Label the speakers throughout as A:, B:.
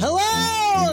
A: Hello,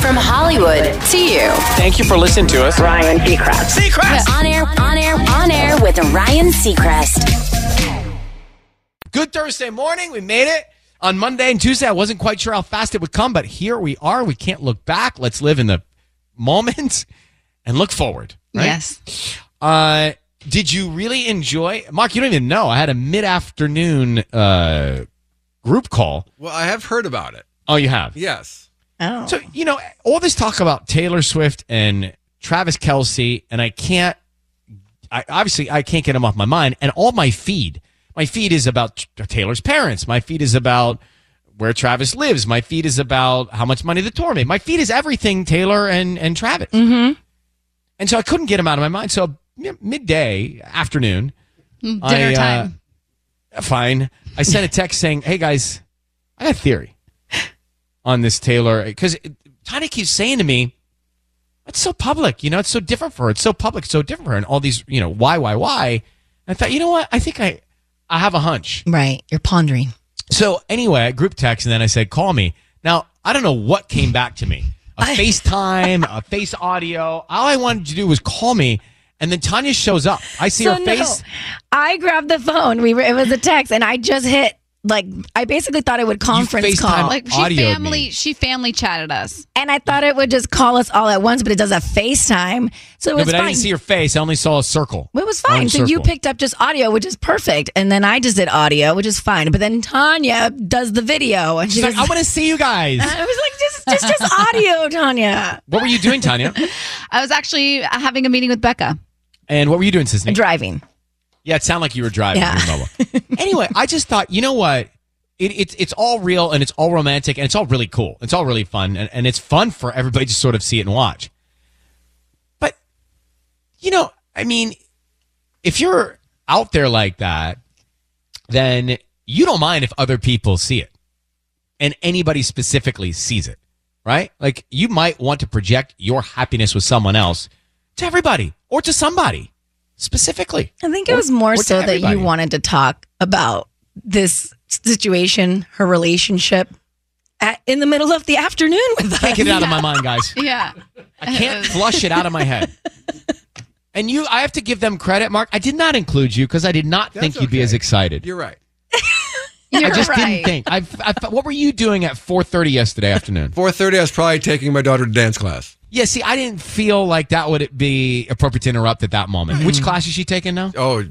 B: From Hollywood to you.
C: Thank you for listening to us.
B: Ryan Seacrest. Seacrest! On air, on air, on air with Ryan Seacrest.
C: Good Thursday morning. We made it. On Monday and Tuesday, I wasn't quite sure how fast it would come, but here we are. We can't look back. Let's live in the moment and look forward. Yes. Uh, did you really enjoy, Mark? You don't even know. I had a mid-afternoon uh, group call.
D: Well, I have heard about it.
C: Oh, you have.
D: Yes.
A: Oh.
C: So, you know, all this talk about Taylor Swift and Travis Kelsey, and I can't, I obviously, I can't get them off my mind. And all my feed, my feed is about T- Taylor's parents. My feed is about where Travis lives. My feed is about how much money the tour made. My feed is everything Taylor and, and Travis. And so I couldn't get him out of my mind. So m- midday afternoon, dinner time. uh, fine. I sent a text saying, "Hey guys, I got a theory on this Taylor because Tiny keeps saying to me, it's so public, you know, it's so different for her, it's so public, so different for her, and all these, you know, why, why, why." And I thought, you know what? I think I, I have a hunch.
E: Right. You're pondering.
C: So anyway, I group text and then I said, call me. Now, I don't know what came back to me. A FaceTime, a face audio. All I wanted to do was call me. And then Tanya shows up. I see her
F: no.
C: face.
F: I grabbed the phone. We were it was a text, and I just hit like I basically thought it would conference
C: FaceTime
F: call,
C: Like,
F: like,
C: she audioed
G: family.
C: me.
G: She family chatted us.
F: and I thought it would just call us all at once, but it does a FaceTime, so it
C: No,
F: was
C: but I
F: fine.
C: didn't see her face. I only saw a circle.
F: it was
C: Orange
F: fine. So you
C: circle.
F: picked up just audio, which is perfect, and then I just did audio, which is fine. But then Tanya does the video, and she
C: She's like,
F: was,
C: I want to see you guys.
F: I was like, just just just audio, Tanya,
C: what were you doing, Tanya?
G: I was actually having a meeting with Becca.
C: And what were you doing, Sisney?
F: driving.
C: Yeah, it sounded like you were driving.
F: Yeah.
C: Your mobile. anyway, I just thought, you know what? It, it's it's all real and it's all romantic and it's all really cool. It's all really fun and, and it's fun for everybody to sort of see it and watch. But you know, I mean, if you're out there like that, then you don't mind if other people see it and anybody specifically sees it, right? Like you might want to project your happiness with someone else to everybody or to somebody specifically.
F: I think it
C: Or-
F: was more
C: or to
F: so that
C: everybody.
F: you wanted to talk about this situation, her relationship, at, in the middle of the afternoon with us.
C: Can't get it out of my mind, guys.
G: Yeah.
C: I can't flush it out of my head. And you, I have to give them credit, Mark. I did not include you because I did not
D: That's
C: think you'd be
D: okay.
C: as excited.
D: You're right.
G: You're
C: I just
G: right.
C: didn't think. I, I, what were you doing at 4:30 yesterday afternoon?
D: 4:30 I was probably taking my daughter to dance class.
C: Yeah, see, I didn't feel like that would be appropriate to interrupt at that moment. Which class is she taking now?
D: Oh,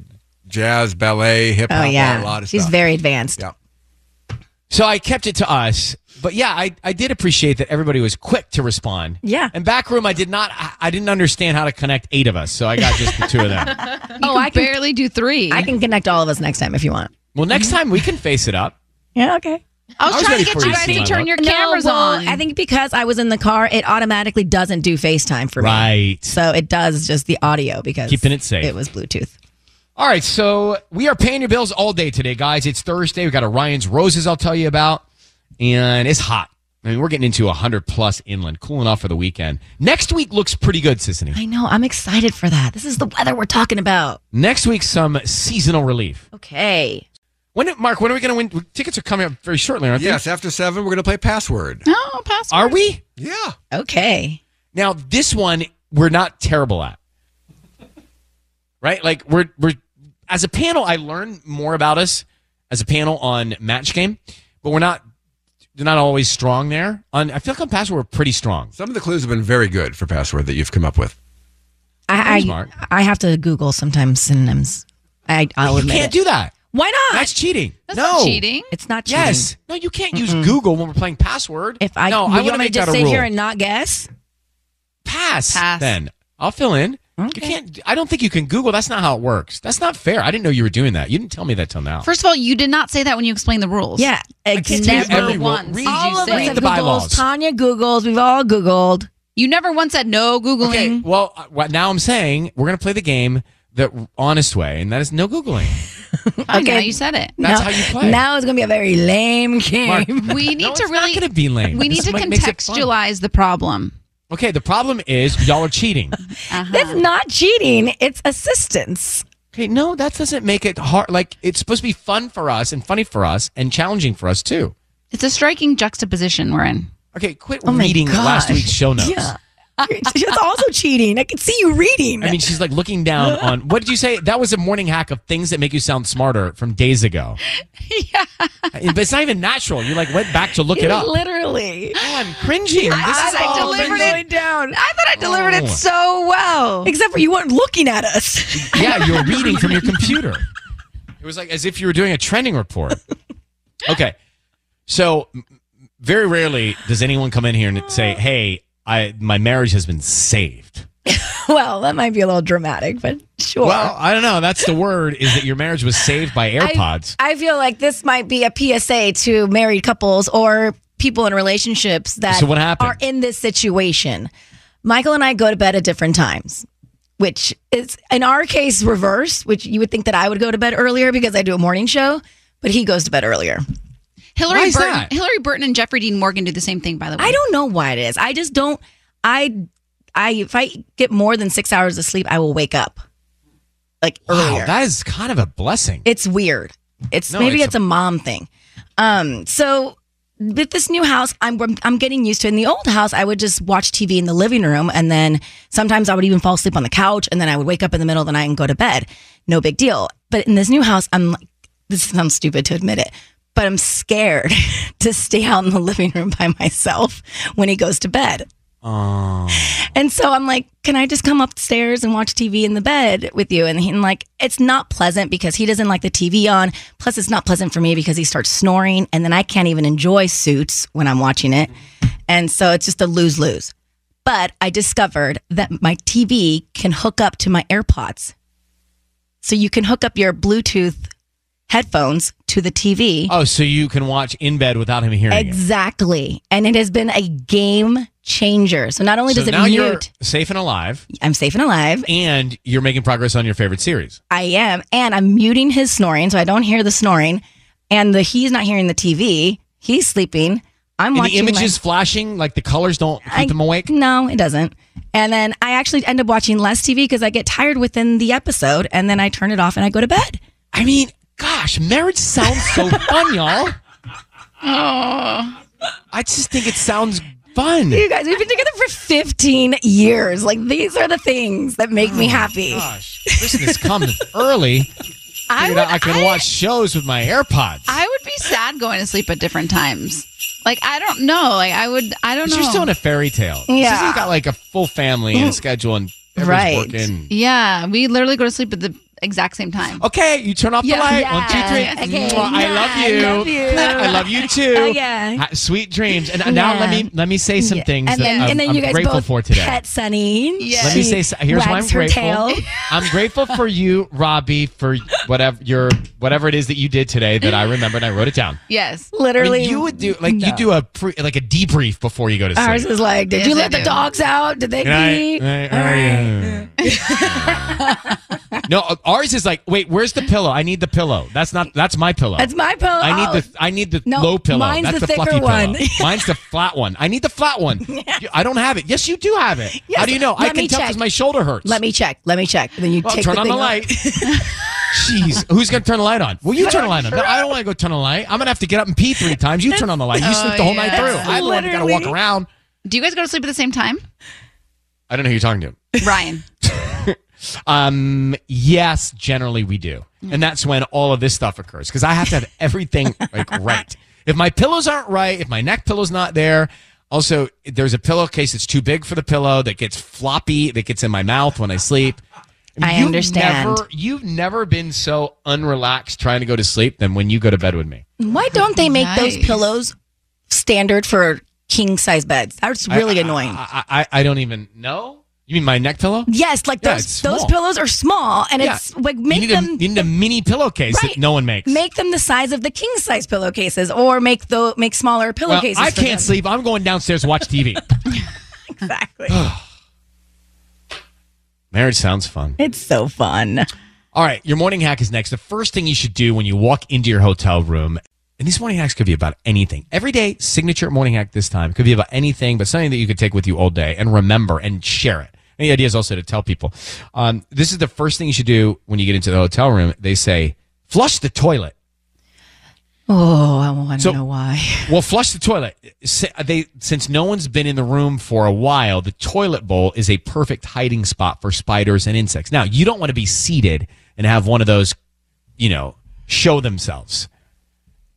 D: jazz, ballet, hip
F: Oh
D: hop,
F: yeah,
D: a lot of
F: she's
D: stuff.
F: very advanced.
D: Yeah.
C: So I kept it to us. But yeah, I, I did appreciate that everybody was quick to respond.
F: Yeah.
C: And backroom, I did not, I, I didn't understand how to connect eight of us. So I got just the two of them.
F: oh, I can barely do three. I can connect all of us next time if you want.
C: Well, next time we can face it up.
F: Yeah, okay.
C: I was I was trying to ready get for you you guys to to see turn my your
F: No,
G: cameras
F: well,
G: on.
F: I think because I was in the car, it automatically doesn't do FaceTime for me.
C: Right.
F: So it does just the audio because
C: Keeping it safe.
F: It was Bluetooth.
C: All right, so we are paying your bills all day today, guys. It's Thursday. We got Orion's Roses I'll tell you about, and it's hot. I mean, we're getting into 100 plus inland, cooling off for the weekend. Next week looks pretty good, Sissany.
F: I know. I'm excited for that. This is the weather we're talking about.
C: Next week, some seasonal relief.
F: Okay.
C: When, Mark, when are we going to win? Tickets are coming up very shortly, aren't
D: Yes, after seven, we're going to play password.
C: they? No, password. Are we?
D: Yeah.
F: Okay.
C: Now, this one, we're not terrible at. right? Like, we're, we're, as a panel, I learn more about us as a panel on match game, but we're not, they're not always strong there. On, I feel like on password, we're pretty strong.
D: Some of the clues have been very good for password that you've come up with.
F: I,
D: Smart.
F: I, I have to Google sometimes synonyms. I, I'll
C: You
F: admit
C: can't
F: it.
C: do that.
F: Why not?
C: That's cheating.
F: That's
C: no.
F: not cheating. It's not cheating.
C: Yes. No, you can't use Google when we're playing password. If I, no,
F: you
C: I
F: want
C: want to
F: me
C: make
F: to just
C: that a
F: sit
C: rule.
F: here and not guess?
C: pass, then. I'll fill in. You can't, I don't think you can Google. That's not how it works. That's not fair. I didn't know you were doing that. You didn't tell me that till now.
G: First of all, you did not say that when you explained the rules.
F: Yeah,
C: can't tell you every rule. Read-
G: all
C: of us Read have the Googled. bylaws.
F: Tanya Googles. We've all Googled.
G: You never once said no Googling.
C: Okay, well, uh, well, now I'm saying we're going to play the game the honest way, and that is no Googling.
G: I know, you said it.
C: That's how you play.
F: Now it's going to be a very lame game.
C: Mark,
G: we need to really
C: It's going to be lame.
G: we need
C: This
G: to
C: might- makes it fun.
G: contextualize the problem.
C: Okay, the problem is y'all are cheating.
F: That's not cheating. It's assistance.
C: Okay, no, that doesn't make it hard. Like, it's supposed to be fun for us and funny for us and challenging for us, too.
G: It's a striking juxtaposition we're in.
C: Okay, quit
G: Oh my
C: reading last
G: gosh.
C: week's show notes.
G: Yeah.
F: It's also cheating. I can see you reading.
C: I mean, she's like looking down on what did you say? That was a morning hack of things that make you sound smarter from days ago. yeah. But it's not even natural. You like went back to look it up.
F: Literally.
C: Oh, I'm cringing.
F: I
C: This
F: thought
C: is
F: I
C: all
F: delivered
C: cringing.
F: it down. I thought I delivered
C: Oh.
F: it so well. Except for you weren't looking at us.
C: Yeah, you're reading from your computer. It was like as if you were doing a trending report. Okay. So m- m- very rarely does anyone come in here and say, "Hey, I my marriage has been saved."
F: well, that might be a little dramatic, but sure.
C: Well, I don't know. That's the word is that your marriage was saved by AirPods.
F: I feel like this might be a PSA to married couples or people in relationships that
C: So what happened?
F: are in this situation. Michael and I go to bed at different times, which is in our case reverse, which you would think that I would go to bed earlier because I do a morning show, but he goes to bed earlier.
G: Hillary
F: Why is
G: Burton,
F: that?
G: Hillary Burton and Jeffrey Dean Morgan do the same thing. By the way,
F: I don't know why it is. I just don't I I if I get more than 6 hours of sleep, I will wake up like earlier.
C: Wow, that is kind of a blessing.
F: It's weird. It's
C: No,
F: maybe
C: it's
F: it's, a, mom thing. Um, so with this new house, I'm I'm getting used to. it. In the old house, I would just watch TV in the living room, and then sometimes I would even fall asleep on the couch, and then I would wake up in the middle of the night and go to bed. No big deal. But in this new house, I'm like, this sounds stupid to admit it, but I'm scared to stay out in the living room by myself when he goes to bed.
C: Oh.
F: And so I'm like, can I just come upstairs and watch TV in the bed with you? And, he, and like, it's not pleasant because he doesn't like the TV on. Plus, it's not pleasant for me because he starts snoring, and then I can't even enjoy Suits when I'm watching it. And so it's just a lose lose. But I discovered that my TV can hook up to my AirPods. So you can hook up your Bluetooth headphones to the TV.
C: Oh, so you can watch in bed without him hearing it.
F: Exactly. And it has been a game changer. So not only
C: so
F: does it
C: now
F: mute.
C: you're safe and alive.
F: I'm safe and alive.
C: And you're making progress on your favorite series.
F: I am, and I'm muting his snoring, so I don't hear the snoring, and the he's not hearing the TV. He's sleeping. I'm
C: and the
F: watching my-
C: images flashing, like the colors don't keep
F: I-
C: them awake.
F: No, it doesn't. And then I actually end up watching less TV because I get tired within the episode, and then I turn it off and I go to bed.
C: I mean, gosh, marriage sounds so fun, y'all.
F: Oh.
C: I just think it sounds fun.
F: You guys, we've been together for 15 years. Like these are the things that make
C: Oh
F: me happy.
C: Christmas comes early. I,
G: would-
C: out I can watch shows with my AirPods.
G: I would be sad going to sleep at different times. Like I don't know. Like I would. I don't
C: But
G: know.
C: you're still in a fairy tale.
G: Yeah.
C: She's got like a full family and schedule and everyone's
G: Right.
C: working.
G: yeah, we literally go to sleep at the exact same time.
C: Okay, you turn off
G: Yeah.
C: the light.
G: Yeah.
C: One, two, three.
G: Okay.
C: Mwah, I love you.
G: Yeah, I love you.
C: I love you too.
F: Oh, yeah.
C: Ha- Sweet dreams. And now
F: Yeah.
C: let me let me say some things
F: and
C: that
F: then,
C: I'm,
F: and then
C: I'm
F: you guys
C: grateful
F: both
C: for today.
F: pet Sunny.
C: Let me
F: She
C: say so- here's why I'm
F: wags her
C: grateful.
F: tail.
C: I'm grateful for you, Robbie, for whatever your whatever it is that you did today that I remembered and I wrote it down.
G: Yes,
F: literally.
C: I mean, you would do like you do a pre, like a debrief before you go to sleep.
F: Ours is like, did
G: Yes,
F: you
G: I
F: let the
G: do.
F: dogs out? Did they
C: Good night.
F: eat?
C: Hey, hey. no, ours is like, wait, where's the pillow? I need the pillow. That's not. That's my pillow.
F: That's my pillow.
C: I need
F: Oh.
C: the. I need the
F: No,
C: low pillow.
F: mine's
C: that's
F: the
C: the,
F: thicker
C: fluffy
F: one.
C: pillow. mine's the flat one. I need the flat one. You- I don't have it. Yes, you do have it. How
F: Yes,
C: do you know? I
F: let
C: can
F: me
C: tell
F: check.
C: because my shoulder hurts.
F: Let me check. Let me check. And then you
C: Well,
F: take
C: turn
F: the
C: on
F: thing
C: the
F: off.
C: light. Jeez, who's gonna turn the light on? Well, you turn the light on. No, I don't want to go turn on the light. I'm gonna have to get up and pee three times. You turn on the light. You
G: Oh,
C: sleep the whole night
G: yeah.
C: through. I'm the one that gotta walk
G: Literally.
C: around.
G: Do you guys go to sleep at the same time,
C: I don't know who you're talking to.
G: Ryan?
C: Um, yes, generally we do. And that's when all of this stuff occurs because I have to have everything like right. If my pillows aren't right, if my neck pillow's not there, also there's a pillowcase that's too big for the pillow that gets floppy, that gets in my mouth when I sleep. mean,
F: I
C: you've
F: understand.
C: never- you've never been so unrelaxed trying to go to sleep than when you go to bed with me.
F: Why don't they make those
G: Nice.
F: pillows standard for king size beds? That's really
C: I-
F: annoying.
C: I, I, I, I don't even know. You mean my neck pillow?
F: yes, like
C: Yeah,
F: those
C: it's
F: those
C: small.
F: pillows are small, and
C: Yeah.
F: it's like
C: You
F: make
C: need, a,
F: them
C: you need a mini pillowcase
F: Right.
C: that no one makes.
F: make them the size of the king size pillowcases, or make the make smaller
C: Well,
F: pillowcases.
C: I
F: for
C: can't
F: them.
C: sleep. I'm going downstairs to watch TV.
F: exactly.
C: Marriage sounds fun.
F: it's so fun.
C: All right, your morning hack is next. The first thing you should do when you walk into your hotel room, and these morning hacks could be about anything. Every day, signature morning hack this time could be about anything, but something that you could take with you all day and remember and share it. And the idea is also to tell people. Um, this is the first thing you should do when you get into the hotel room. They say, flush the toilet.
F: Oh, I want to
C: So-
F: know why.
C: Well, flush the toilet. Si- They since no one's been in the room for a while, the toilet bowl is a perfect hiding spot for spiders and insects. Now, you don't want to be seated and have one of those, you know, show themselves.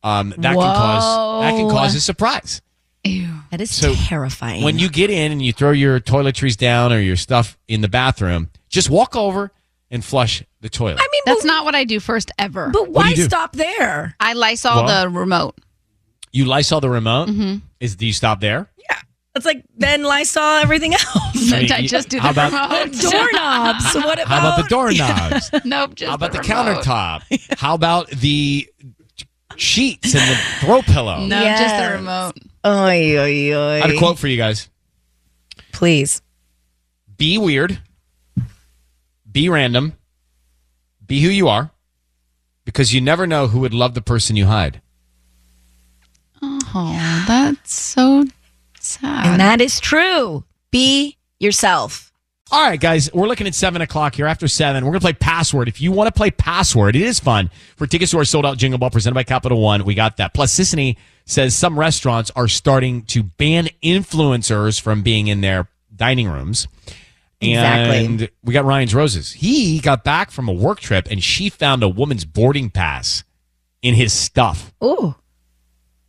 C: Um, that can cause that can
F: Whoa.
C: cause a surprise.
G: Ew.
F: That is
C: So,
F: terrifying.
C: When you get in and you throw your toiletries down or your stuff in the bathroom, just walk over and flush the toilet.
F: I mean,
G: That's not what I do first ever.
F: but, but
C: What do
F: why
C: you do?
F: stop there?
G: I Lysol
C: Well-
G: the remote.
C: you Lysol the remote. Is do you stop there?
F: It's like then Lysol everything else.
C: I mean,
G: I just do
C: how
G: the
C: about-
G: remote.
F: Doorknobs. What about,
C: How about the doorknobs?
G: Oh, nope. Just
C: How about the,
G: remote.
C: countertop? How about the sheets and the throw pillow?
G: No, just
F: Yes.
G: the remote.
F: Oy, oy,
C: I
F: oy.
C: have a quote for you guys.
F: Please.
C: Be weird. Be random. Be who you are. Because you never know who would love the person you hide.
G: Oh, that's so sad.
F: And that is true. Be yourself.
C: All right, guys, we're looking at seven o'clock here. After seven, we're gonna play password. If you want to play password, it is fun. For tickets to our sold out Jingle Ball presented by Capital One, we got that. Plus, Sissany says some restaurants are starting to ban influencers from being in their dining rooms.
F: Exactly.
C: And we got Ryan's roses. He got back from a work trip, and she found a woman's boarding pass in his stuff.
F: Ooh.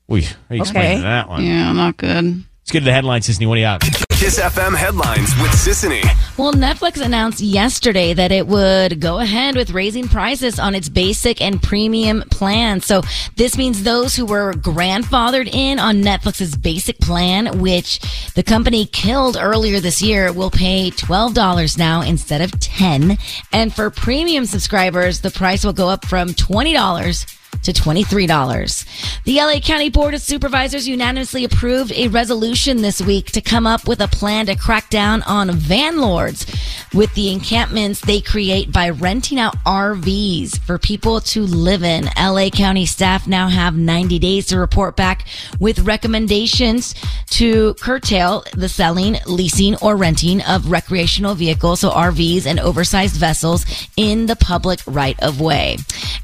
C: We explain
F: Okay.
C: that one.
G: yeah, not good.
C: Let's get to the headline, Sissany. What do you have?
E: Kiss FM headlines with Sissany.
B: Well, Netflix announced yesterday that it would go ahead with raising prices on its basic and premium plans. So this means those who were grandfathered in on Netflix's basic plan, which the company killed earlier this year, will pay $12 now instead of 10. And for premium subscribers, the price will go up from $20 to $23. The LA County Board of Supervisors unanimously approved a resolution this week to come up with a plan to crack down on van lords with the encampments they create by renting out RVs for people to live in. LA County staff now have 90 days to report back with recommendations to curtail Oh, the selling, leasing, or renting of recreational vehicles, so RVs and oversized vessels in the public right of way.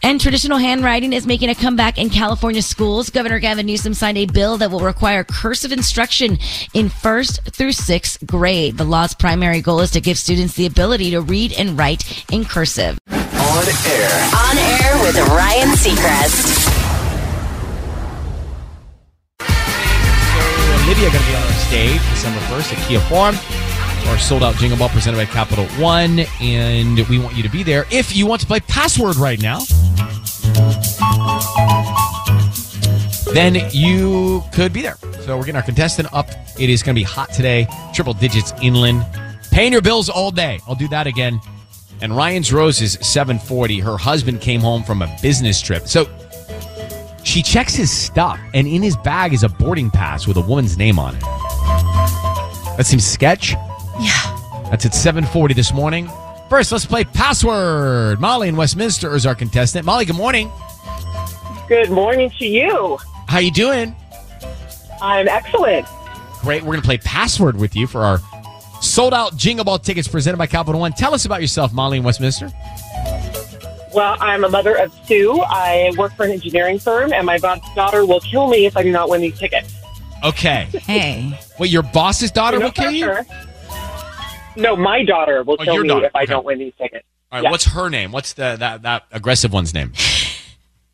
B: And traditional handwriting is making a comeback in California schools. Governor Gavin Newsom signed a bill that will require cursive instruction in first through sixth grade. The law's primary goal is to give students the ability to read and write in cursive.
E: On air.
B: On air with Ryan Seacrest.
C: Olivia going to be on our stage December 1st at Kia Forum. our sold out Jingle Ball presented by Capital One. And we want you to be there if you want to play Password right now. Then you could be there. So we're getting our contestant up. It is going to be hot today, triple digits inland. Paying your bills all day. I'll do that again. And Ryan's Rose is 740. Her husband came home from a business trip. So she checks his stuff, and in his bag is a boarding pass with a woman's name on it. That seems sketch. Yeah. That's at 7:40 this morning. First, let's play password. Molly in Westminster is our contestant. Molly, good morning.
H: Good morning to you.
C: How you doing?
H: I'm excellent.
C: Great. We're gonna play password with you for our sold out Jingle Ball tickets presented by Capital One. Tell us about yourself, Molly in Westminster.
H: Well, I'm a mother of two. I work for an engineering firm, and my boss's daughter will kill me if I do not win these tickets.
C: Okay. Hey. Wait, your boss's daughter
H: No
C: will kill you?
H: pressure. No, my daughter will
C: Oh,
H: kill
C: your
H: me
C: daughter.
H: if I
C: Okay.
H: don't win these tickets.
C: All right.
H: Yeah.
C: What's her name? What's the that, that aggressive one's name?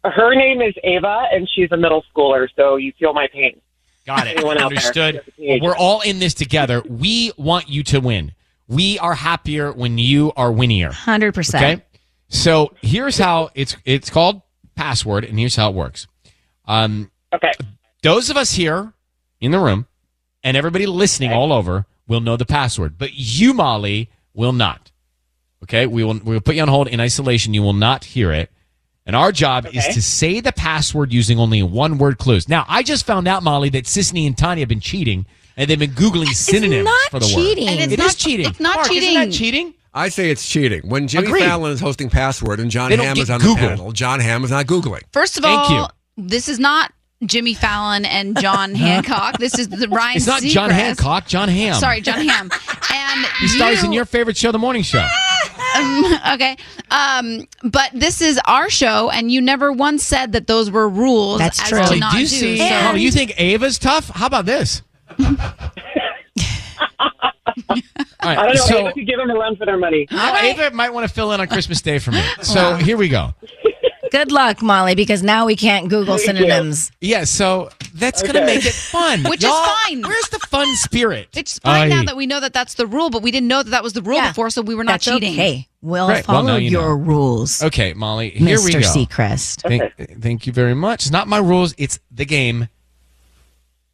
H: Her name is Ava, and she's a middle schooler, so you feel my pain.
C: Got it.
H: Anyone out there?
C: Understood. We're all in this together. We want you to win. We are happier when you are winnier.
F: 100%.
C: Okay. So here's how it's it's called password, and here's how it works. Um,
H: okay.
C: Those of us here in the room and everybody listening all over will know the password, but you, Molly, will not. Okay. We will we will put you on hold in isolation. You will not hear it. And our job is to say the password using only one word clues. Now, I just found out, Molly, that Sisney and Tanya have been cheating and they've been Googling synonyms for the word.
G: And it's
C: It
G: not,
C: is cheating.
G: It's not
C: Mark, isn't
G: cheating.
C: that cheating?
D: I say it's cheating. When Jimmy
G: Agreed.
D: Fallon is hosting Password and John
G: They don't
D: Hamm
G: get
D: is on
G: Googled.
D: the panel, John Hamm is not Googling.
G: First of
D: Thank
G: all, this is not Jimmy Fallon and John Hancock. This is the Ryan.
C: It's not John
G: Seacrest.
C: Hancock, John Ham.
G: Sorry, John Ham. And
C: He stars
G: you-
C: in your favorite show, The Morning Show.
G: Um, okay. Um, but this is our show, and you never once said that those were rules. as To
C: Molly,
G: not
C: do you
G: do,
C: see?
G: so-
C: Molly, you think Ava's tough? How about this? All right,
H: I don't know.
C: so-
H: Ava could give them a run for their money.
C: Now, Ava might want to fill in on Christmas Day for me. So
F: Wow.
C: here we go.
F: Good luck, Molly, because now we can't Google
C: Thank you.
F: synonyms.
C: Yeah, so that's going to make it fun.
G: Which
C: Y'all,
G: is fine.
C: Where's the fun spirit?
G: It's fine now
C: Aye.
G: that we know that that's the rule, but we didn't know that that was the rule before, so we were not
F: That's
G: cheating.
F: okay. We'll
C: Right, well,
F: follow
C: now you
F: your rules.
C: Okay, Molly, here we go.
F: Mr. Seacrest.
C: Thank, eh, thank you very much. It's not my rules, it's the game.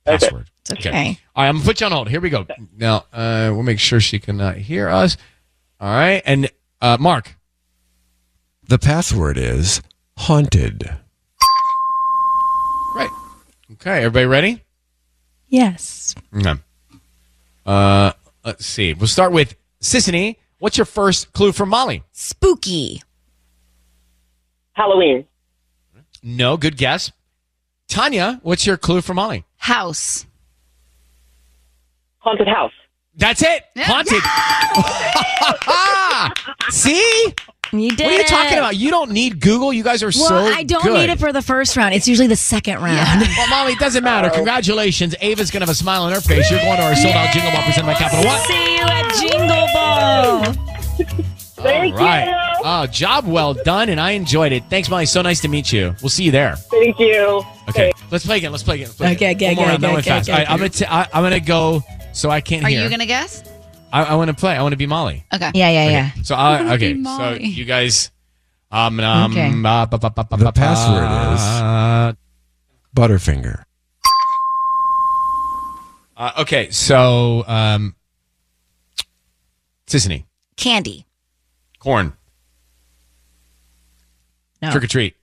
C: Password.
F: It's okay.
C: All right, I'm going to put you on hold. Here we go. Now, uh, we'll make sure she cannot hear us. All right, and uh, Mark.
D: The password is haunted.
C: Right. Okay, everybody ready?
F: Yes.
C: Okay. Uh, let's see. We'll start with Sissany. What's your first clue from Molly?
F: Spooky.
H: Halloween.
C: No, good guess. Tanya, what's your clue from Molly?
G: House.
H: Haunted house.
C: That's it. Haunted. See?
F: You did
C: What are you
F: it.
C: talking about? You don't need Google. You guys are so
F: well, I don't
C: good.
F: need it for the first round. It's usually the second round.
C: well, Molly, it doesn't matter. Congratulations. Ava's going to have a smile on her face. You're going to our sold out jingle ball presented by Capital One.
F: See you at Jingle Ball.
C: All right. Oh, job well done, and I enjoyed it. Thanks, Molly. So nice to meet you. We'll see you there.
H: Thank you.
C: Okay, let's play again. Let's play again. Let's play
F: Okay,
C: again.
F: okay,
C: One more
F: okay,
C: round.
F: okay, okay,
C: That went fast.
F: okay,
C: All right, I'm gonna
F: okay.
C: t- I, I'm gonna go so I can't
G: Are
C: hear.
G: you going to guess?
C: I, I want to play. I want to be Molly.
G: Okay.
F: Yeah, yeah,
C: Okay,
F: yeah.
C: So I
G: wanna
C: okay.
G: be
C: So
G: Molly.
C: you guys. Um. um
F: Okay.
C: The
D: password
C: is
D: Butterfinger.
C: Uh, okay. So um. Sisney,
F: Candy.
C: corn,
F: No.
C: trick or treat,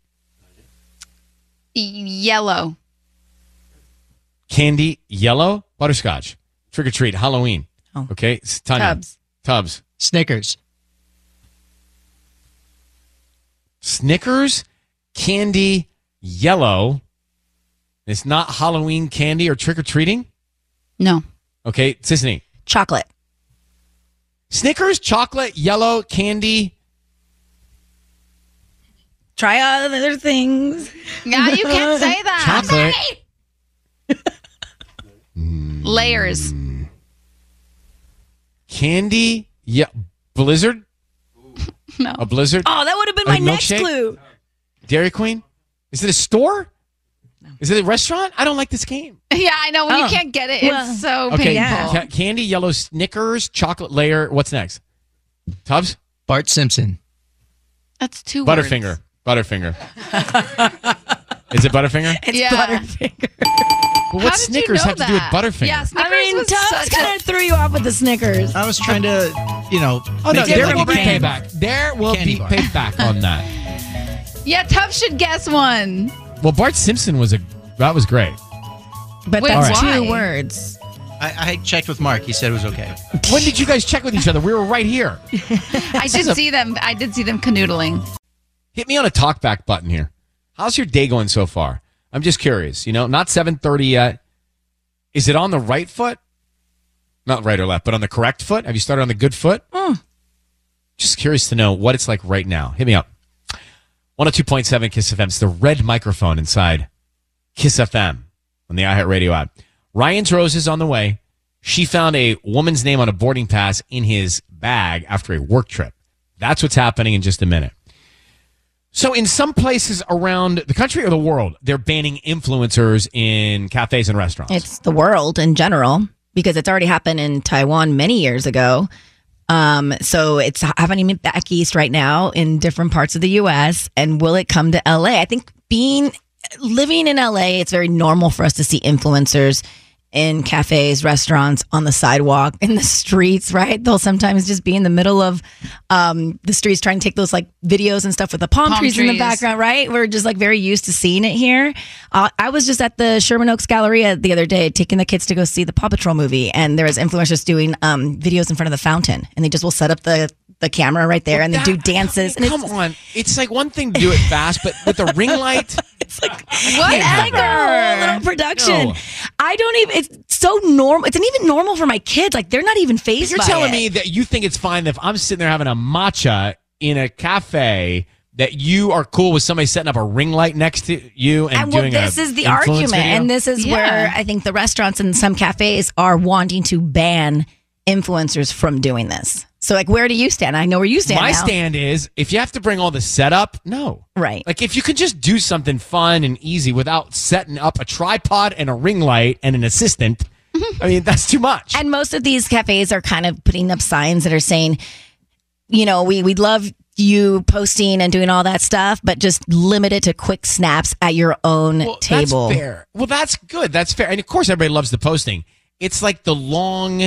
G: Yellow.
C: candy, yellow, butterscotch, trick or treat, Halloween.
F: Oh.
C: Okay. s- Tanya.
I: Tubbs.
C: Tubbs.
I: Snickers.
C: Snickers, candy, yellow. It's not Halloween candy or trick or treating.
G: No.
C: Okay, Sisney.
F: Chocolate.
C: Snickers, chocolate, yellow, candy.
F: Try all the other things.
G: Yeah, you can't say that.
C: Chocolate.
G: Layers.
C: Candy, yeah. Blizzard?
G: No.
C: A blizzard?
F: Oh, that would have been my
C: A
F: next
C: milkshake?
F: clue.
C: Dairy Queen? Is it a store? Is it a restaurant? I don't like this game.
G: Yeah, I know. When
C: Oh.
G: you can't get it, it's so
C: okay,
G: painful.
C: ca- candy, yellow Snickers, chocolate layer. What's next? Tubbs? Bart Simpson.
G: That's two
C: Butterfinger. Butterfinger. Is it Butterfinger?
G: It's yeah. Butterfinger.
C: But what Snickers have to do with Butterfinger?
F: I mean, Tubbs kind of threw you off with the Snickers.
I: I was trying to, you know.
C: Oh, no,
I: make it
C: there
I: like
C: will
I: a
C: be
I: brand.
C: payback. There will
I: Candy
C: be
I: bar.
C: payback on that.
G: Yeah, tough should guess one.
C: Well, Bart Simpson was a that was great.
F: But
G: Wait,
F: that's
G: why?
F: two words.
I: I, I checked with Mark. He said it was okay.
C: When did you guys check with each other? We were right here.
G: I
C: is
G: did
C: a-
G: see them. I did see them canoodling.
C: Hit me on a talkback button here. How's your day going so far? I'm just curious. You know, not 7:30 yet. Is it on the right foot? Not right or left, but on the correct foot. Have you started on the good foot? Just curious to know what it's like right now. Hit me up. 102.7 Kiss FM. It's the red microphone inside Kiss FM on the iHeartRadio app. Ryan's Rose is on the way. She found a woman's name on a boarding pass in his bag after a work trip. That's what's happening in just a minute. So, in some places around the country or the world, they're banning influencers in cafes and restaurants.
F: It's the world in general because it's already happened in Taiwan many years ago. Um, so it's happening back east right now in different parts of the U.S. And will it come to L.A.? I think being living in L.A., it's very normal for us to see influencers in cafes, restaurants, on the sidewalk, in the streets. Right? They'll sometimes just be in the middle of um, the streets trying to take those like videos and stuff with the palm,
G: Palm
F: trees, in the
G: trees.
F: background right? We're just like very used to seeing it here. Uh, I was just at the Sherman Oaks Galleria the other day, taking the kids to go see the Paw Patrol movie, and there was influencers doing um, videos in front of the fountain, and they just will set up the the camera right there, and they do dances. and
C: Come on. It's like one thing to do it fast, but with the ring light.
F: It's like a whole little production.
C: No.
F: I don't even. It's so normal. It's not even normal for my kids. Like they're not even phased.
C: You're
F: by
C: telling
F: it.
C: me that you think it's fine if I'm sitting there having a matcha in a cafe that you are cool with somebody setting up a ring light next to you and,
F: and well,
C: doing
F: this
C: a
F: is the
C: influence
F: argument,
C: video?
F: and this is where I think the restaurants and some cafes are wanting to ban influencers from doing this. So, like, where do you stand? I know where you stand.
C: My
F: now.
C: stand is if you have to bring all the setup, no.
F: Right.
C: Like if you could just do something fun and easy without setting up a tripod and a ring light and an assistant, I mean, that's too much.
F: And most of these cafes are kind of putting up signs that are saying, you know, we we love you posting and doing all that stuff, but just limit it to quick snaps at your own table.
C: That's fair. Well, that's good. That's fair. And of course, everybody loves the posting. It's like the long,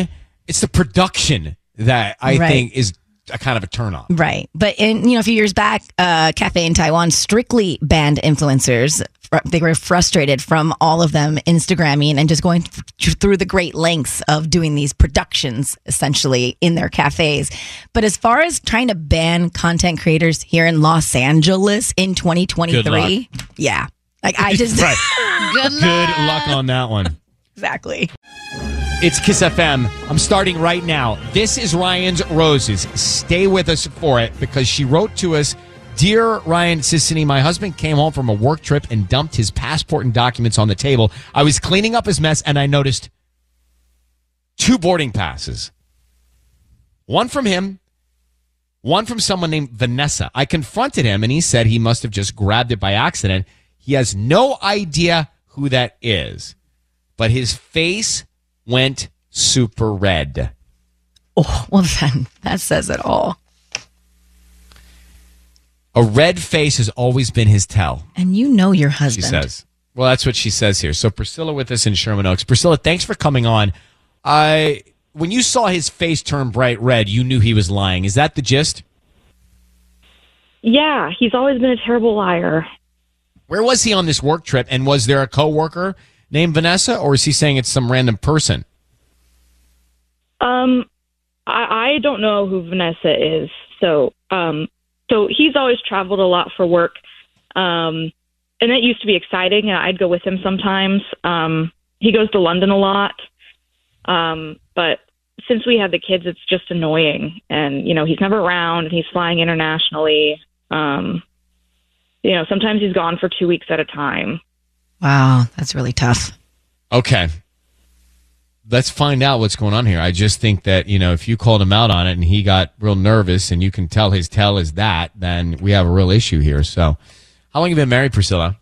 C: it's the production that I
F: Right.
C: think is a kind of a turnoff.
F: Right. But in, you know, a few years back, uh, cafe in Taiwan strictly banned influencers. Fr- They were frustrated from all of them Instagramming and just going th- through the great lengths of doing these productions essentially in their cafes. But as far as trying to ban content creators here in Los Angeles in 2023, yeah. Like I just
C: Right.
G: Good
C: Good luck on that one.
F: Exactly.
C: It's Kiss FM. I'm starting right now. This is Ryan's Roses. Stay with us for it because she wrote to us Dear Ryan Sissany, my husband came home from a work trip and dumped his passport and documents on the table. I was cleaning up his mess and I noticed two boarding passes one from him, one from someone named Vanessa. I confronted him and he said he must have just grabbed it by accident. He has no idea who that is, but his face went super red.
F: Oh, well then that says it all.
C: A red face has always been his tell,
F: And you know your
C: she
F: husband.
C: says. Well, that's what she says here. So Priscilla with us in Sherman Oaks. Priscilla, thanks for coming on. I when you saw his face turn bright red, you knew he was lying. Is that the gist?
J: Yeah, he's always been a terrible liar.
C: Where was he on this work trip? And was there a coworker named Vanessa, or is he saying it's some random person?
J: Um, I, I don't know who Vanessa is. So, um, so he's always traveled a lot for work. Um, and that used to be exciting. And I'd go with him sometimes. Um, he goes to London a lot. Um, but since we have the kids, it's just annoying. And, you know, he's never around and he's flying internationally. Um, you know, sometimes he's gone for two weeks at a time.
F: Wow, that's really tough.
C: Okay. Let's find out what's going on here. I just think that, you know, if you called him out on it and he got real nervous and you can tell his tell is that, then we have a real issue here. So, how long you been married, Priscilla?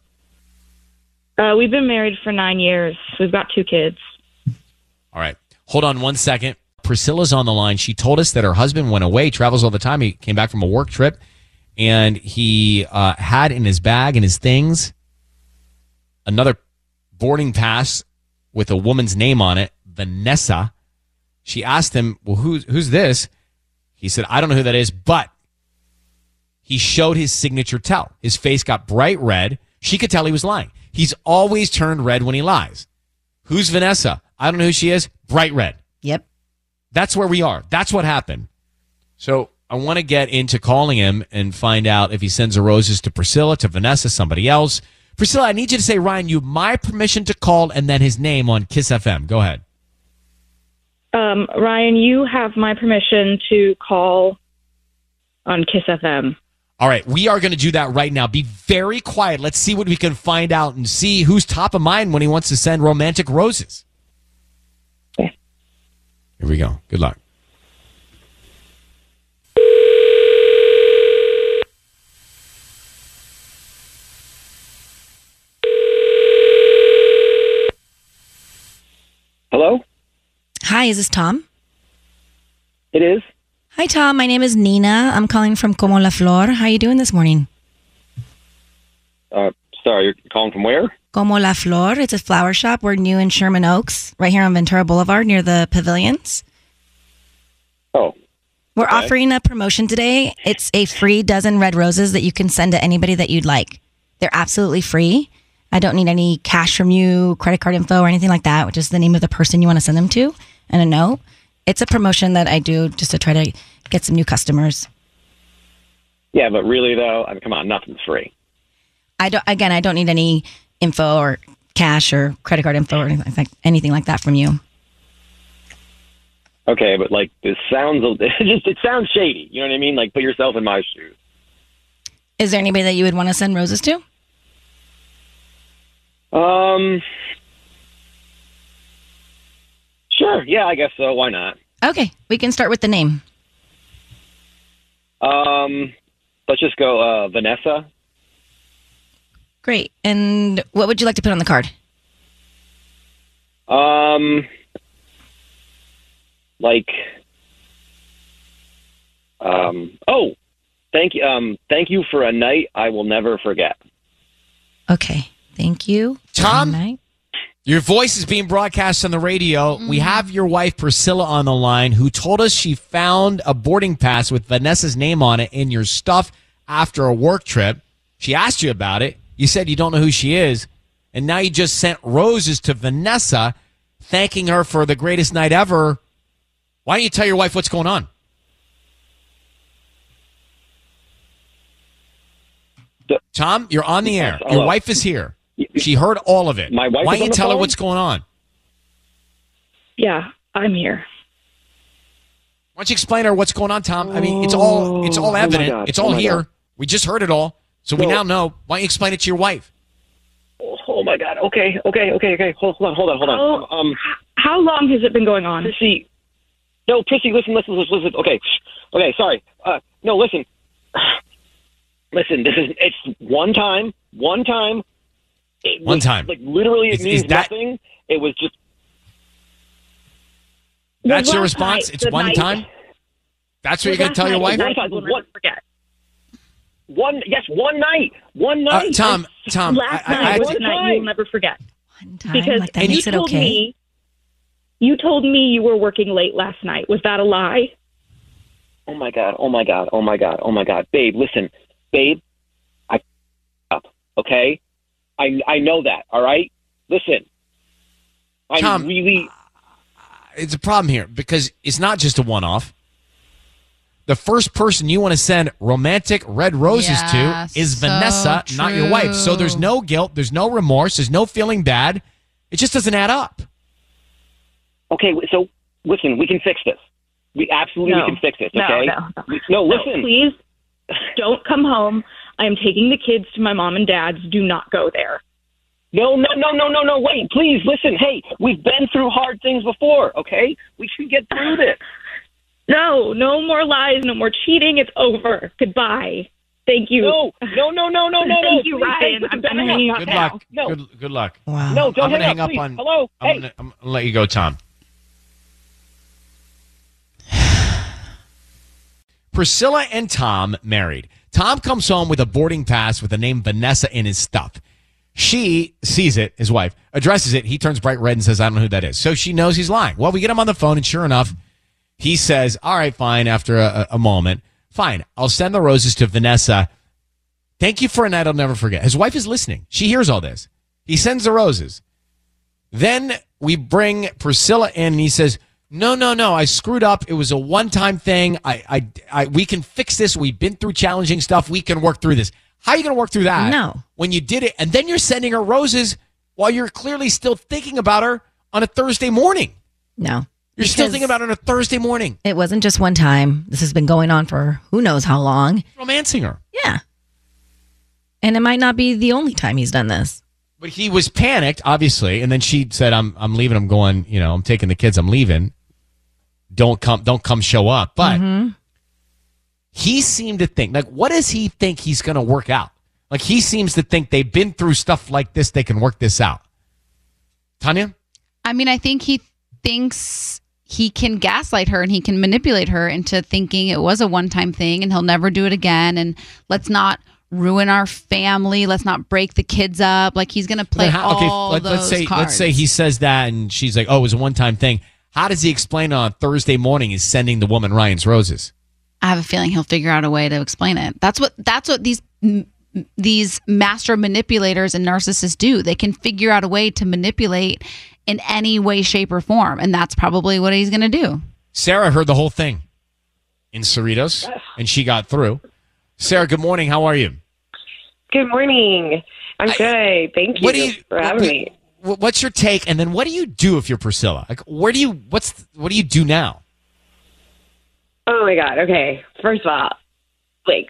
J: Uh, we've been married for nine years. We've got two kids.
C: All right. Hold on one second. Priscilla's on the line. She told us that her husband went away, travels all the time. He came back from a work trip and he uh, had in his bag and his things another boarding pass with a woman's name on it, Vanessa. She asked him, Well, who's, who's this? He said, I don't know who that is, but he showed his signature tell. His face got bright red. She could tell he was lying. He's always turned red when he lies. Who's Vanessa? I don't know who she is. Bright red.
F: Yep.
C: That's where we are. That's what happened. So I want to get into calling him and find out if he sends the roses to Priscilla, to Vanessa, somebody else. Priscilla, I need you to say, Ryan, you have my permission to call and then his name on Kiss FM. Go ahead.
J: Um, Ryan, you have my permission to call on Kiss FM.
C: All right, we are going to do that right now. Be very quiet. Let's see what we can find out and see who's top of mind when he wants to send romantic roses. Here we go. Good luck.
F: Hello? Hi, is this Tom?
K: It is.
F: Hi, Tom. My name is Nina. I'm calling from Como La Flor. How are you doing this morning?
K: Uh, sorry, you're calling from where?
F: Como La Flor. It's a flower shop. We're new in Sherman Oaks, right here on Ventura Boulevard near the pavilions.
K: Oh,
F: We're
K: Okay.
F: offering a promotion today. It's a free dozen red roses that you can send to anybody that you'd like. They're absolutely free. I don't need any cash from you, credit card info, or anything like that, which is the name of the person you want to send them to and a note. It's a promotion that I do just to try to get some new customers.
K: yeah, but really though, I mean, come on, nothing's free.
F: I don't, again, I don't need any info or cash or credit card info or anything like, anything like that from you.
K: Okay, but like this sounds a- it just it sounds shady. You know what I mean? Like put yourself in my shoes.
F: Is there anybody that you would want to send roses to?
K: Um, sure, yeah, I guess so. Why not?
F: Okay, we can start with the name.
K: Um, let's just go, uh, Vanessa.
F: Great. And what would you like to put on the card?
K: Um, like, um, oh, thank you, um, thank you for a night I will never forget.
F: Okay. Thank you.
C: Tom? Your voice is being broadcast on the radio. We have your wife, Priscilla, on the line, who told us she found a boarding pass with Vanessa's name on it in your stuff after a work trip. She asked you about it. You said you don't know who she is. And now you just sent roses to Vanessa, thanking her for the greatest night ever. Why don't you tell your wife what's going on? Tom, you're on the air. Your
K: Hello.
C: wife is here. She heard all of it.
K: My wife
C: Why
K: is
C: don't
K: on
C: you
K: the
C: tell her
K: phone?
C: what's going on?
J: Yeah, I'm here.
C: Why don't you explain to her what's going on, Tom? I mean, it's all it's
K: Oh, oh
C: all
K: my
C: evident.
K: God.
C: It's
K: Oh
C: all
K: my
C: here.
K: God.
C: We just heard it all, so we
K: No.
C: now know. Why don't you explain it to your wife?
K: Oh my God. Okay. Okay. Okay. Okay. Hold, hold on. Hold on. Hold on. um,
J: How long has it been going on?
K: Prissy, no, Prissy, listen, listen, listen, listen. Okay. Okay. Sorry. Uh, no, listen. Listen, this is, it's one time, one time. It
C: One
K: was,
C: time.
K: Like literally it
C: Is- is
K: means
C: that-
K: nothing. It was just,
C: That's your
J: one
C: response.
J: night,
C: it's
J: the
C: one
J: night-
C: time. That's what you're going to tell your wife.
K: one time, one, one, yes, one night, one
C: Uh,
K: night.
C: Tom, Tom, I,
J: Last
C: I, I
J: night
C: have
J: was
C: to-
J: a night you'll never forget. One
F: time,
J: because
F: like, that
J: you
F: makes it
J: told
F: okay?
J: me, you told me you were working late last night. Was that a lie?
K: Oh my god! Oh my god! Oh my god! Oh my god! Babe, listen, babe, I up, okay? I I know that. All right, listen. I'm
C: Tom.
K: really
C: it's a problem here because it's not just a one-off. The first person you want to send romantic red roses
L: Yeah,
C: to is
L: so
C: Vanessa, not your wife. So
L: true.
C: there's no guilt, there's no remorse, there's no feeling bad. It just doesn't add up.
K: okay. So listen, we can fix this. We absolutely
J: No.
K: we can fix this.
J: No,
K: Okay?
J: no, no.
K: We- no, listen.
J: please don't come home. I am taking the kids to my mom and dad's. Do not go there.
K: No, no, no, no, no, no. Wait, please listen. Hey, we've been through hard things before. Okay, we can get through this.
J: No, no more lies, no more cheating. It's over. Goodbye. Thank you.
K: No, no, no, no, no, no.
J: Thank you,
K: Please,
J: Ryan.
K: hey, listen,
J: I'm-
K: don't
J: I'm
K: hang
J: hanging
K: up
C: Good
K: now.
C: luck.
K: No,
C: Good, good luck.
K: Wow. No, don't
C: I'm gonna
K: hang
C: hang
K: up,
C: up
K: please.
C: on.
K: Hello?
C: I'm
K: Hey.
C: gonna- I'm gonna let you go, Tom. Priscilla and Tom married. Tom comes home with a boarding pass with the name Vanessa in his stuff. She sees it, his wife addresses it. He turns bright red and says, I don't know who that is. So she knows he's lying. Well, we get him on the phone, and sure enough, he says, All right, fine, after a, a a moment, fine, I'll send the roses to Vanessa. Thank you for a night I'll never forget. His wife is listening. She hears all this. He sends the roses. Then we bring Priscilla in and he says, No, no, no, I screwed up. It was a one time thing. I, I, I, we can fix this. We've been through challenging stuff. We can work through this. How are you going to work through that?
F: No.
C: When you did it, and then you're sending her roses while you're clearly still thinking about her on a Thursday morning.
F: No.
C: You're still thinking about it on a Thursday morning.
F: It wasn't just one time. This has been going on for who knows how long.
C: Romancing her.
F: Yeah. And it might not be the only time he's done this.
C: But he was panicked, obviously, and then she said, "I'm I'm leaving. I'm going. You know, I'm taking the kids. I'm leaving. Don't come. Don't come. Show up." But
G: Mm-hmm.
C: he seemed to think, like, what does he think he's going to work out? Like, he seems to think they've been through stuff like this. They can work this out. Tanya,
G: I mean, I think he thinks he can gaslight her and he can manipulate her into thinking it was a one time thing and he'll never do it again. And let's not ruin our family. Let's not break the kids up. Like he's going to play
C: Then how-
G: all
C: let-
G: those
C: let's say
G: cards.
C: let's say he says that, and she's like, "Oh, it was a one time thing." How does he explain on Thursday morning? He's sending the woman Ryan's roses.
G: I have a feeling he'll figure out a way to explain it. That's what that's what these m- these master manipulators and narcissists do. They can figure out a way to manipulate in any way shape or form and that's probably what he's going to do.
C: Sarah heard the whole thing in Cerritos, and she got through. Sarah, good morning. How are you?
L: Good morning. I'm good. Thank you,
C: what do you-
L: for having
C: what-
L: me.
C: Wh- What's your take? And then what do you do if you're Priscilla? Like, where do you what's what do you do now?
L: Oh my god. Okay. First of all, like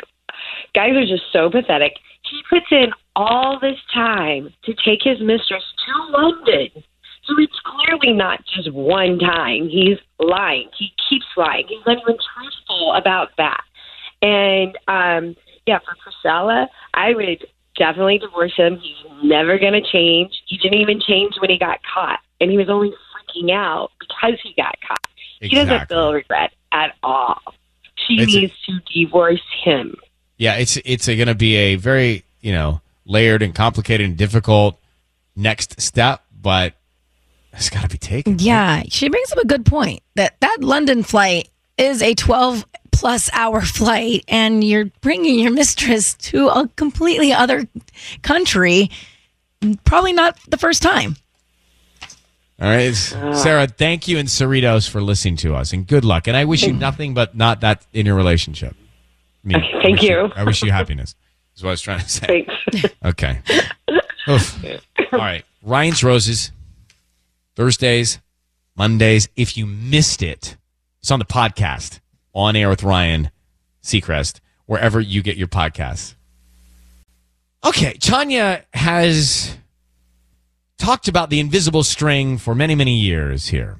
L: guys are just so pathetic. He puts in all this time to take his mistress to London. So it's clearly not just one time. He's lying. He keeps lying. He's not even truthful about that. And um yeah, for Priscilla, I would definitely divorce him. He's never gonna change. He didn't even change when he got caught. And he was only freaking out because he got caught. He doesn't
C: Exactly.
L: feel regret at all. She
C: It's a-
L: needs to divorce him.
C: Yeah, it's it's going to be a very you know layered and complicated and difficult next step, but it's got to be taken.
F: Yeah, she brings up a good point that that London flight is a 12 plus hour flight and you're bringing your mistress to a completely other country probably not the first time.
C: All right, it's-
L: Ah.
C: Sarah, thank you and Cerritos for listening to us, and good luck. And I wish you nothing but not that in your relationship. I mean, I
L: thank
C: wish
L: you.
C: I wish you happiness. Is what I was trying to say.
L: Thanks.
C: Okay. Oof. All right. Ryan's Roses, Thursdays, Mondays. If you missed it, it's on the podcast, On Air with Ryan Seacrest, wherever you get your podcasts. Okay. Tanya has talked about the invisible string for many, many years here.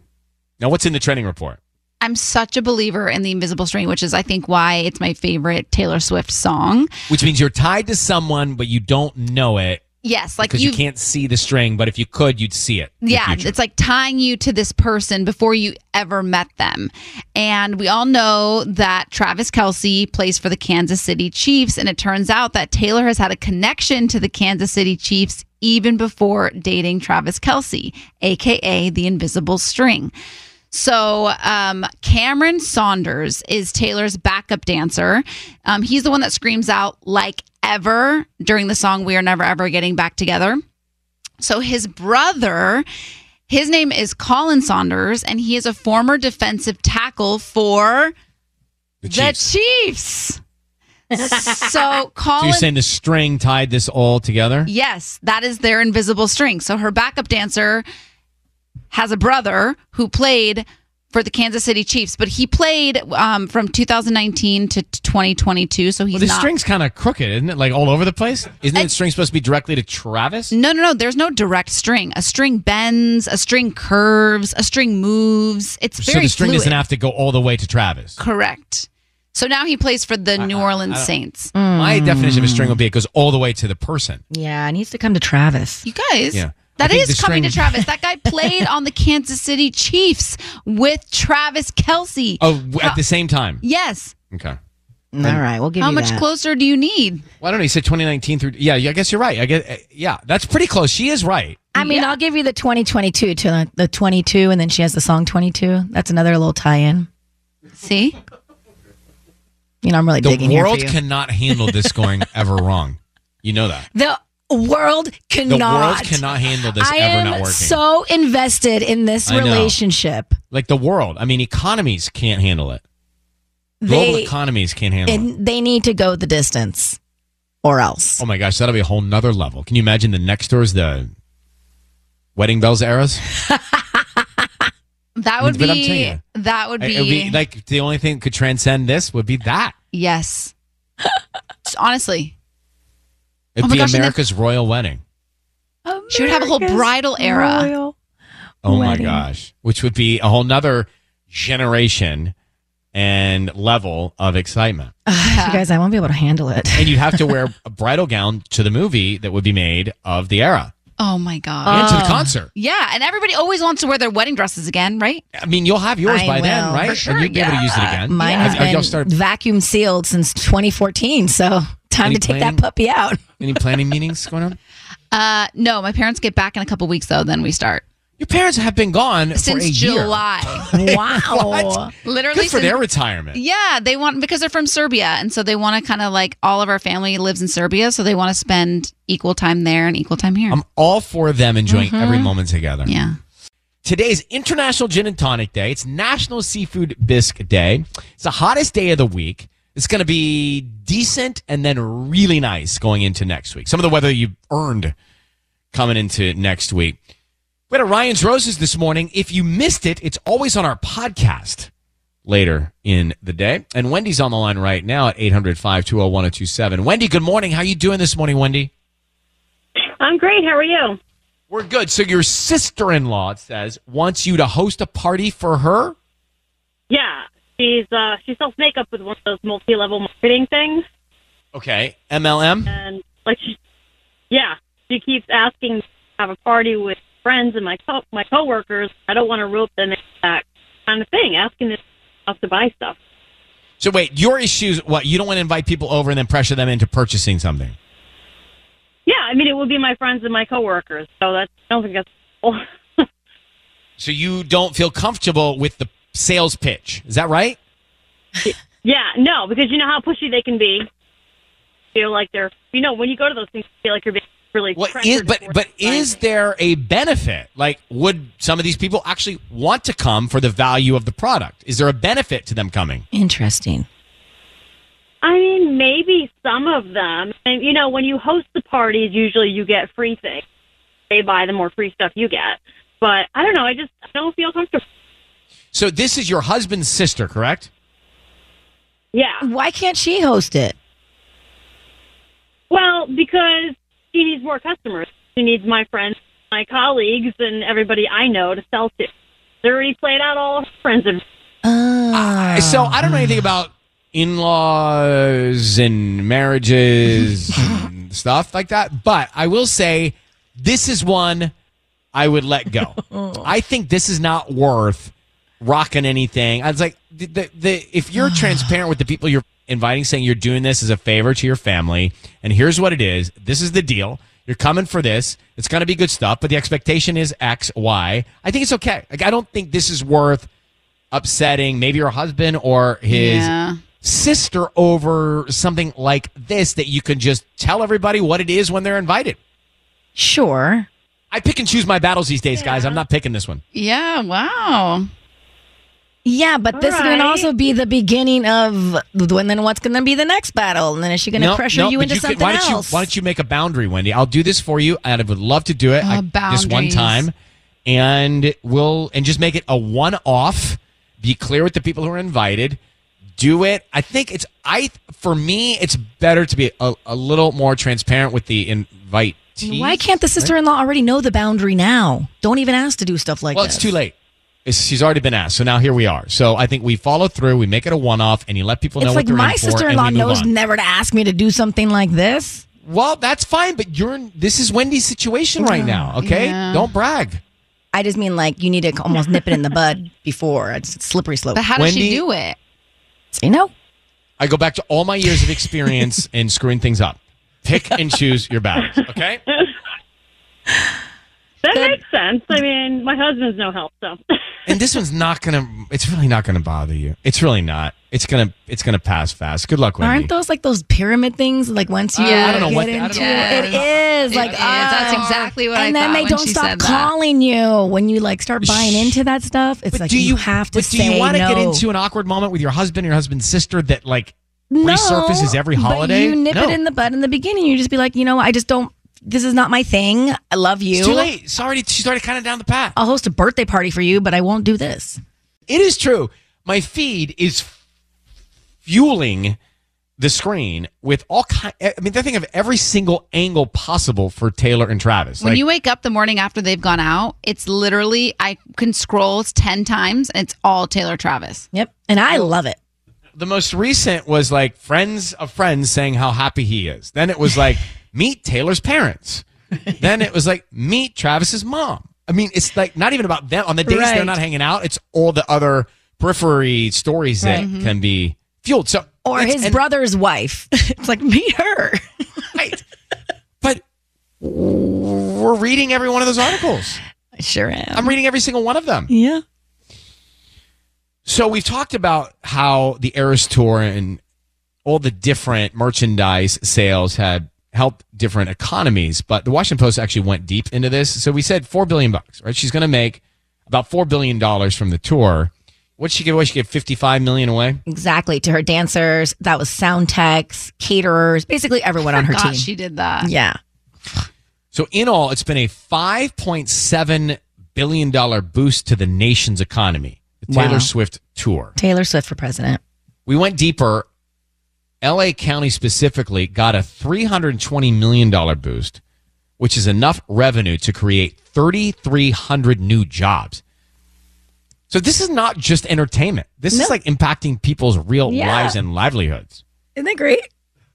C: Now, what's in the trending report?
G: I'm such a believer in the invisible string, which is I think why it's my favorite Taylor Swift song.
C: Which means you're tied to someone, but you don't know it.
G: Yes, like
C: because you
G: you've
C: can't see the string, but if you could, you'd see it.
G: yeah, it's like tying you to this person before you ever met them. And we all know that Travis Kelsey plays for the Kansas City Chiefs. And it turns out that Taylor has had a connection to the Kansas City Chiefs even before dating Travis Kelsey, AKA the invisible string. So, um, Cameron Saunders is Taylor's backup dancer. Um, he's the one that screams out, like ever, during the song We Are Never Ever Getting Back Together. So his brother, his name is Colin Saunders, and he is a former defensive tackle for the Chiefs. so
C: So
G: Colin.
C: you're saying the string tied this all together?
G: Yes, that is their invisible string. So her backup dancer has a brother who played for the Kansas City Chiefs, but he played um, from 2019 to 2022. So he's
C: Well, the
G: not.
C: string's kind of crooked, isn't it? Like all over the place. Isn't the string supposed to be directly to Travis?
G: No, no, no. There's no direct string. A string bends, a string curves, a string moves. It's
C: So
G: very
C: the string
G: fluid.
C: doesn't have to go all the way to Travis.
G: Correct. So now he plays for the New Orleans Saints.
C: My definition of a string would be it goes all the way to the person.
F: Yeah, it needs to come to Travis.
G: You guys.
C: Yeah. I
G: That
C: think
G: is
C: the
G: coming to
C: string-
G: Travis. That guy played on the Kansas City Chiefs with Travis Kelsey.
C: Oh, w- at the same time.
G: Yes.
C: Okay.
F: All right, we'll give
G: How
F: you
G: much
F: that.
G: closer do you need?
C: Well, I don't know. You said 2019 through. Yeah, yeah, I guess you're right. I guess, uh, yeah, that's pretty close. She is right.
F: I mean, I'll give you the 2022 to the, the 22, and then she has the song 22. That's another little tie-in.
G: See,
F: you know, I'm really digging
C: the
F: here for
C: world
F: you.
C: cannot handle this going ever wrong. You know that.
F: The world
C: The
F: cannot.
C: world cannot handle this
F: I
C: ever
F: am
C: not working.
F: so invested in this
C: I know.
F: relationship.
C: like the world. I mean, economies can't handle it. Global
F: They-
C: economies can't handle it.
F: And they need to go the distance. Or else.
C: Oh my gosh, that'll be a whole nother level. Can you imagine the next door is the wedding bells eras?
G: That would
C: But I'm
G: be.
C: telling
G: That would
C: It-
G: be.
C: it'd like the only thing that could transcend this would be that.
G: yes. Honestly,
C: It'd
G: Oh my
C: be
G: gosh, and then-
C: America's royal wedding.
G: she would have a whole bridal era.
C: Oh my gosh. Which would be a whole nother generation and level of excitement.
F: You guys, I won't be able to handle it.
C: and you'd have to wear a bridal gown to the movie that would be made of the era.
G: Oh my god!
C: And to the concert.
G: Yeah, and everybody always wants to wear their wedding dresses again, right?
C: I mean, you'll have yours
F: I
C: by then,
F: will.
C: right?
F: For
C: and you'd be able to use it
F: yeah.
C: again.
F: Mine has
C: Have- have
F: been
C: y'all started
F: vacuum sealed since 2014, so time
C: Any
F: to take
C: planning?
F: that puppy out.
C: any planning meetings going on?
G: Uh, no, my parents get back in a couple weeks though. Then we start
C: Your parents have been gone
G: since
C: for a
G: July.
C: Year.
F: Wow.
C: What?
G: Literally
C: Good for
G: since-
C: their retirement.
G: Yeah, they want because they're from Serbia, and so they want to kind of like all of our family lives in Serbia, so they want to spend equal time there and equal time here.
C: I'm all for them enjoying
G: Mhm.
C: every moment together.
G: Yeah.
C: Today's International Gin and Tonic Day. It's National Seafood Bisque Day. It's the hottest day of the week. It's going to be decent and then really nice going into next week. Some of the weather you've earned coming into next week. We had a Ryan's Roses this morning. If you missed it, it's always on our podcast later in the day. And Wendy's on the line right now at 800 520 1027. Wendy, good morning. How you doing this morning, Wendy?
M: I'm great. How are you?
C: We're good. So your sister-in-law it says wants you to host a party for her.
M: Yeah, she's uh, she sells makeup with one of those multi-level marketing things,
C: Okay, MLM.
M: and like, she, yeah, she keeps asking me to have a party with friends and my co- my coworkers. I don't want to rope them into that kind of thing. Asking them us to buy stuff.
C: So wait, your issues. What you don't want to invite people over and then pressure them into purchasing something.
M: Yeah, I mean, it would be my friends and my coworkers, so that's I don't think that's. Oh,
C: So you don't feel comfortable with the sales pitch. Is that right?
M: yeah, no, because you know how pushy they can be. Feel like they're, you know, when you go to those things, you feel like you're being really. pressured
C: Is, but but is there a benefit? Like, would some of these people actually want to come for the value of the product? Is there a benefit to them coming?
F: Interesting.
M: I mean, maybe some of them. And you know, when you host the parties, usually you get free things. They buy the more free stuff you get. But I don't know. I just I don't feel comfortable.
C: So this is your husband's sister, correct?
M: Yeah.
F: Why can't she host it?
M: Well, because she needs more customers. She needs my friends, my colleagues, and everybody I know to sell to. They already played out all her friends and
C: I- so I don't know anything about in-laws and marriages and stuff like that, but I will say this is one I would let go. I think this is not worth rocking anything. I was like, the, the, the, if you're transparent with the people you're inviting, saying you're doing this as a favor to your family, and here's what it is, this is the deal. You're coming for this. It's going to be good stuff, but the expectation is X, Y. I think it's okay. Like, I don't think this is worth upsetting maybe your husband or his
G: Yeah.
C: sister over something like this that you can just tell everybody what it is when they're invited.
F: Sure.
C: I pick and choose my battles these days, guys. I'm not picking this one.
G: Yeah. Wow.
F: Yeah, but this can
G: right.
F: also be the beginning of when then what's going to be the next battle, and then is she going to
C: No,
F: pressure
C: no,
F: you
C: but
F: into
C: could-
F: something
C: why don't you-
F: else?
C: why don't you make a boundary, Wendy? I'll do this for you, and I would love to do it
F: Uh,
C: I- this one
F: boundaries.
C: time, and we'll and just make it a one-off. Be clear with the people who are invited. Do it. I think it's I for me, it's better to be a, a little more transparent with the invite.
F: Why can't the sister-in-law already know the boundary now? Don't even ask to do stuff like
C: well,
F: this.
C: it's too late. It's, she's already been asked, so now here we are. So I think we follow through, we make it a one-off, and you let people know
F: It's
C: what
F: like
C: they're
F: my
C: in for,
F: sister in law
C: and we move
F: knows
C: on.
F: never to ask me to do something like this.
C: Well, that's fine, but you're this is Wendy's situation right now. Okay, don't brag.
F: I just mean like you need to almost nip it in the bud before it's a slippery slope.
G: But how does she do it?
F: Say no.
C: I go back to all my years of experience in screwing things up. Pick and choose your battles. Okay.
M: That makes sense. I mean, my husband's no help, so
C: And this one's not gonna. It's really not gonna bother you. It's really not. It's gonna. It's gonna pass fast. Good luck, Wendy.
F: Aren't those like those pyramid things? Like once you
C: Yeah. I don't know
F: get
C: what- I don't know
F: into
C: what
F: it, it is like ah.
G: That's exactly what I
F: and
G: thought
F: then they
G: when
F: don't
G: she
F: stop
G: said that.
F: calling you when you like start buying into that stuff. It's like
C: do
F: you,
C: you-
F: have to
C: But do
F: say
C: you want to
F: no.
C: get into an awkward moment with your husband or your husband's sister that like
F: no,
C: resurfaces every
F: but
C: holiday?
F: you nip
C: No.
F: it in the bud in the beginning. You just be like, you know, what, I just don't. This is not my thing. I love you.
C: It's too late. Sorry, she's already kind of down the path.
F: I'll host a birthday party for you, but I won't do this.
C: It is true. My feed is f- fueling the screen with all kind. I mean, they think of every single angle possible for Taylor and Travis.
G: When
C: Like,
G: you wake up the morning after they've gone out, it's literally I can scroll ten times and it's all Taylor Travis.
F: Yep, and I love it.
C: the most recent was like friends of friends saying how happy he is. Then it was like meet Taylor's parents. then it was like meet Travis's mom. I mean, it's like not even about them on the days
F: Right.
C: they're not hanging out. It's all the other periphery stories that
F: Right. Mhm.
C: can be fueled. So
F: Or
C: it's-
F: his
C: and-
F: brother's wife. it's like meet her.
C: We're reading every one of those articles.
F: I sure am.
C: I'm reading every single one of them.
F: Yeah.
C: So we've talked about how the Eras Tour and all the different merchandise sales had helped different economies, but the Washington Post actually went deep into this. So we said four billion bucks, right? She's going to make about four billion dollars from the tour. What'd she give away? She gave fifty-five million away.
F: Exactly. To her dancers, that was sound techs, caterers, basically everyone on her
G: Forgot
F: team.
G: she did that.
F: Yeah.
C: So in all, it's been a five point seven billion dollar boost to the nation's economy. The Taylor
F: Wow.
C: Swift tour.
F: Taylor Swift for president.
C: We went deeper. LA County specifically got a $320 million boost, which is enough revenue to create 3,300 new jobs. So this is not just entertainment. This is like impacting people's real
F: Yeah.
C: lives and livelihoods.
F: Isn't that great?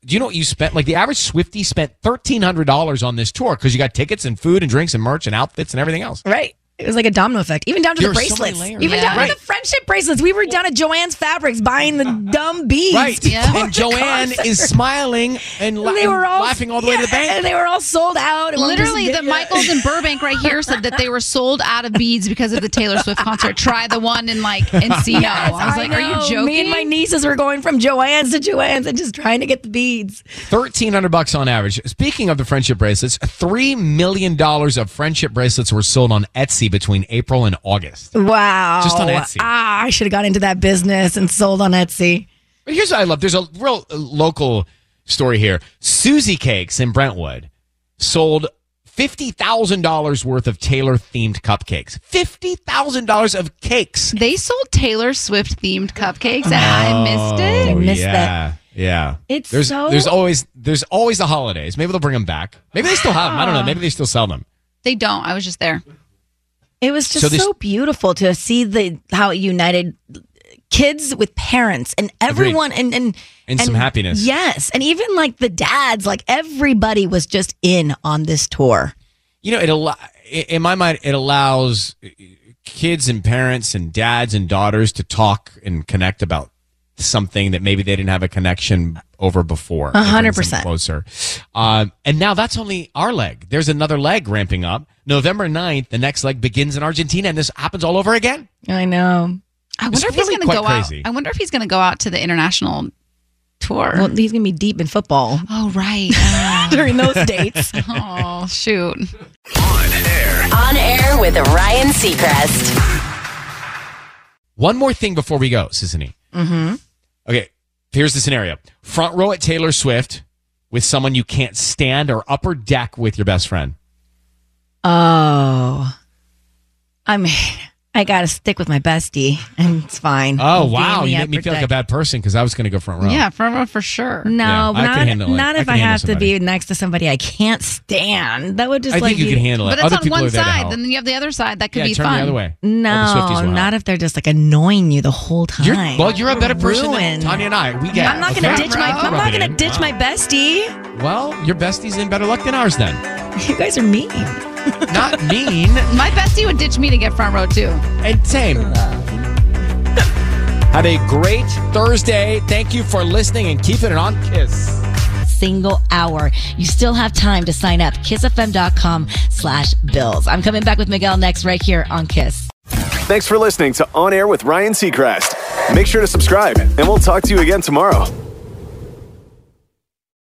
C: Do you know what you spent? Like the average Swifty spent $1,300 on this tour because you got tickets and food and drinks and merch and outfits and everything else.
F: Right. It was like a domino effect, even down to
C: There
F: the
C: are so many
F: bracelets.
C: layers.
F: even
C: Yeah.
F: down
C: Right.
F: to the friendship bracelets. We were down at Joanne's Fabrics buying the dumb beads.
C: Right.
F: before
C: And
F: the
C: Joanne
F: concert.
C: is smiling and, la-
F: And they were all-
C: laughing all the way to the
F: yeah,
C: bank.
F: and they were all sold out. And one person
G: Literally, the
F: didn't.
G: Michaels in Burbank right here said that they were sold out of beads because of the Taylor Swift concert. Try the one in like Encino.
F: Yes,
G: I was like, are
F: know.
G: you joking?
F: Me and my nieces were going from Joanne's to Joanne's and just trying to get the beads.
C: Thirteen hundred bucks on average. Speaking of the friendship bracelets, three million dollars of friendship bracelets were sold on Etsy between April and August.
F: Wow.
C: Just on Etsy.
F: Ah, I should have got into that business and sold on Etsy.
C: But here's what I love. There's a real uh, local story here. Susie Cakes in Brentwood sold fifty thousand dollars worth of Taylor themed cupcakes. Fifty thousand dollars of cakes.
G: They sold Taylor Swift themed cupcakes and I missed it.
C: Oh,
F: missed
C: yeah,
F: that.
C: Yeah.
F: It's
C: there's
F: so-
C: there's always there's always the holidays. Maybe they'll bring them back. Maybe they still have them. I
G: Ah.
C: don't know. Maybe they still sell them.
G: They don't. I was just there.
F: It was just so,
C: So this-
F: beautiful to see the how it united kids with parents and everyone and and
C: And some happiness.
F: Yes, and even like the dads, like everybody was just in on this tour.
C: you know it al- in my mind it allows uh, kids and parents and dads and daughters to talk and connect about something that maybe they didn't have a connection over before
F: A
C: It
F: hundred
C: brings
F: percent.
C: them closer um, and now that's only our leg there's another leg ramping up november 9th the next leg begins in argentina and this happens all over again
F: I know.
G: I
C: It's
G: wonder if he's
C: really
G: going to
C: quite
G: go
C: crazy.
G: out. I wonder if he's going to go out to the international tour.
F: Well, he's gonna be deep in football
G: oh right.
F: during those dates.
G: oh shoot.
N: On air with Ryan Seacrest.
C: one more thing before we go Sissany.
N: Mm-hmm.
C: Okay, here's the scenario: front row at Taylor Swift with someone you can't stand, or upper deck with your best friend.
F: Oh, I'm I got to stick with my bestie, and it's fine.
C: Oh
F: He
C: wow,
F: gave
C: you
F: me
C: made me feel like a
F: protect-
C: bad person because I was going to go front row.
G: Yeah, front row for sure.
F: No,
C: Yeah, I can
F: not,
C: handle it.
F: not
C: I
F: if
C: can
F: I,
C: handle
F: have to
C: somebody.
F: be next to somebody I can't stand. That would just
C: I
F: like
C: think you
F: be-
C: can handle it.
G: But it's
C: Other
G: on
C: people
G: one
C: are there to
G: side,
C: help.
G: then you have the other side. That could
C: Yeah,
G: be
C: turn the
G: fun.
C: other way. All the Swifties
F: No,
C: will
F: not if they're just like annoying you the whole time.
C: You're, well, you're a better person than
F: Ruined.
C: Tanya and I. We get.
F: I'm not gonna ditch my. I'm not gonna ditch my bestie.
C: my. Well, your bestie's in better luck than ours then.
F: You guys are mean.
C: Not mean.
G: My bestie would ditch me to get front row too.
C: And same. Have a great Thursday. Thank you for listening and keeping it on Kiss.
B: single hour. You still have time to sign up. KissFM.com slash bills. I'm coming back with Miguel next right here on KISS.
E: Thanks for listening to On Air with Ryan Seacrest. Make sure to subscribe, and we'll talk to you again tomorrow.